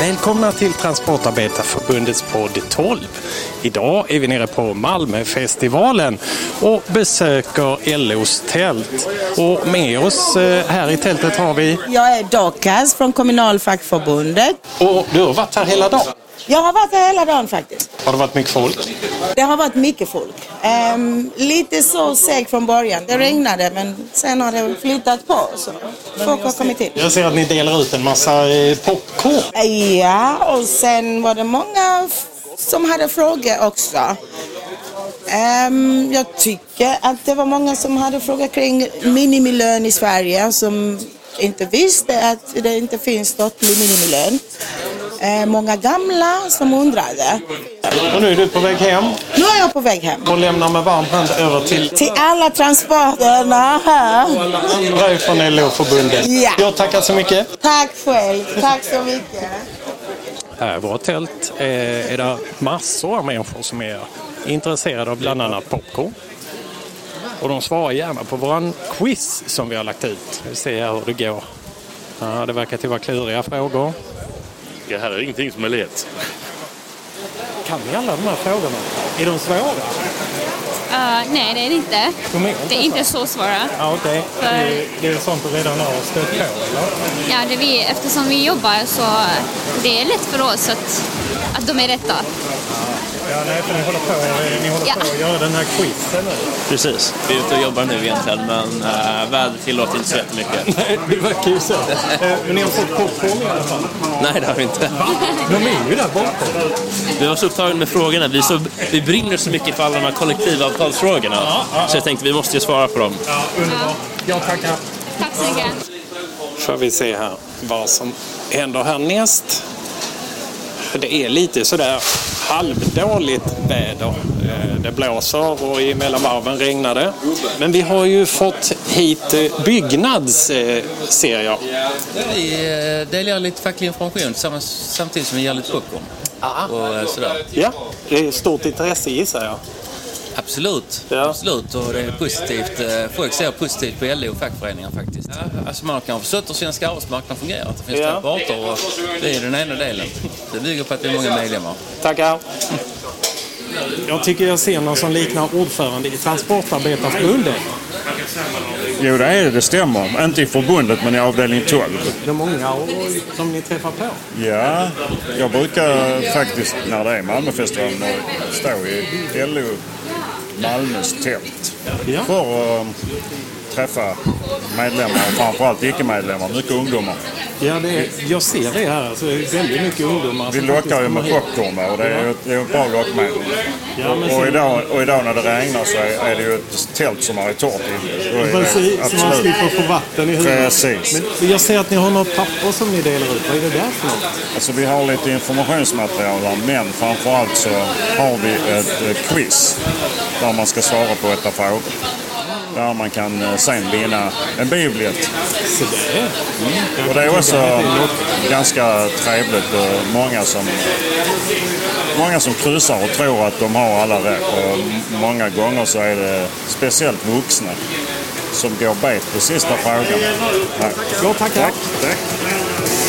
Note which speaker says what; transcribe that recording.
Speaker 1: välkomna till Transportarbetarförbundets podd 12. Idag är vi nere på Malmöfestivalen och besöker LOs tält. Och med oss eh, här i tältet har vi...
Speaker 2: Jag är Dokas från Kommunalfackförbundet.
Speaker 1: Och du har varit här hela dagen.
Speaker 2: Jag har varit här hela dagen faktiskt.
Speaker 1: Har det varit mycket folk?
Speaker 2: Det har varit mycket folk. Ehm, lite så seg från början. Det regnade men sen har det flyttat på. Så folk har kommit in.
Speaker 1: Jag ser att ni delar ut en massa eh, popcorn.
Speaker 2: Ja, och sen var det många f- som hade frågor också. Ehm, jag tycker att det var många som hade frågor kring minimilön i Sverige som inte visste att det inte finns något minimilön. Ehm, många gamla som undrade.
Speaker 1: Och nu är du på väg hem
Speaker 2: Nu är jag på väg hem.
Speaker 1: och lämnar med varm hand över till
Speaker 2: Till alla transporterna här.
Speaker 1: alla andra från LO-förbundet.
Speaker 2: Ja.
Speaker 1: Jag tackar så mycket.
Speaker 2: Tack själv. Tack så mycket.
Speaker 1: Här i vårt tält eh, är det massor av människor som är intresserade av bland annat popcorn. Och de svarar gärna på våran quiz som vi har lagt ut. Vi ser här hur det går. Ja, det verkar till vara kluriga frågor.
Speaker 3: Det här är ingenting som är lätt.
Speaker 1: Kan vi alla de här frågorna? Är de svåra?
Speaker 4: Eh, nej, det är det inte.
Speaker 1: De är
Speaker 4: Det är inte så svåra.
Speaker 1: Ja, okej.
Speaker 4: För-
Speaker 1: Det, är- det är sånt du redan har stött på, eller?
Speaker 4: Ja, det vi, eftersom vi jobbar så det är lätt för oss att, att de är rätta.
Speaker 1: Ja, nej, för ni håller på, ni håller
Speaker 4: Ja.
Speaker 1: på att göra den här quizen nu.
Speaker 5: Precis. Vi är ute och jobbar nu egentligen, men äh, vädret tillåter inte så jättemycket.
Speaker 1: Nej, det verkar ju så. Eh, Men ni har fått popcorn i alla fall.
Speaker 5: Nej, det har vi inte.
Speaker 1: De är ju där borta.
Speaker 5: Vi var så upptagna med frågorna. Vi, är så, vi brinner så mycket för alla de här kollektivavtalsfrågorna. Så jag tänkte vi måste ju svara på dem.
Speaker 1: Ja, underbart. Jag tackar.
Speaker 4: Tack så mycket.
Speaker 1: får vi se här vad som händer härnäst. För det är lite sådär halvdåligt väder. Eh, Det blåser och i mellanvarven regnar det. Men vi har ju fått hit eh, Byggnads, eh, ser jag.
Speaker 6: Vi eh, delar lite facklig information tillsammans- samtidigt som vi ger lite popcorn. Och eh, sådär.
Speaker 1: Ja, det är stort intresse gissar jag.
Speaker 6: Absolut,
Speaker 1: Ja.
Speaker 6: absolut. Och det är positivt. eh, Folk ser positivt på LO och fackföreningar faktiskt. Alltså man har kanske förstått hur svenska arbetsmarknaden fungerar. att Det finns
Speaker 1: Ja.
Speaker 6: två parter och vi är den ena delen. Det bygger på att vi är många medlemmar.
Speaker 1: Tackar. Jag tycker jag ser någon som liknar ordförande i Transportarbetarförbundet.
Speaker 7: Jo, det är det. Det stämmer. Inte i förbundet, men i avdelning 12.
Speaker 1: Är det många och- som ni träffar på?
Speaker 7: Ja, jag brukar faktiskt när det är Malmöfestivalen och stå i LO Malmös tält
Speaker 1: Ja.
Speaker 7: för att träffa medlemmar och framförallt icke-medlemmar. Mycket ungdomar.
Speaker 1: Ja, det är, jag ser det här. Alltså, det är väldigt mycket ungdomar.
Speaker 7: Vi
Speaker 1: som
Speaker 7: lockar
Speaker 1: faktiskt
Speaker 7: ju
Speaker 1: kommer
Speaker 7: med
Speaker 1: hit.
Speaker 7: popcorn va, och det är ju ett, det är ju ett bra lockmedel.
Speaker 1: Ja, men
Speaker 7: Och
Speaker 1: sen-
Speaker 7: idag, och idag när det regnar så är är det ju ett tält som är i torrt. Då är det
Speaker 1: Precis, så man
Speaker 7: absolut-
Speaker 1: slipper få vatten i huvudet.
Speaker 7: Precis.
Speaker 1: Men jag ser att ni har något papper som ni delar ut. Vad är det där för något?
Speaker 7: Alltså vi har lite informationsmaterial där, men framförallt så har vi ett eh, quiz där man ska svara på ett par frågor. Där man kan eh, sen vinna en biobiljett.
Speaker 1: Så Mm. det är.
Speaker 7: Och det är också ganska trevligt och många som, många som kryssar och tror att de har alla rätt. Och m- många gånger så är det speciellt vuxna som går bet på sista frågan. Tack.
Speaker 1: Ja, tackar.
Speaker 7: Tack. Tack.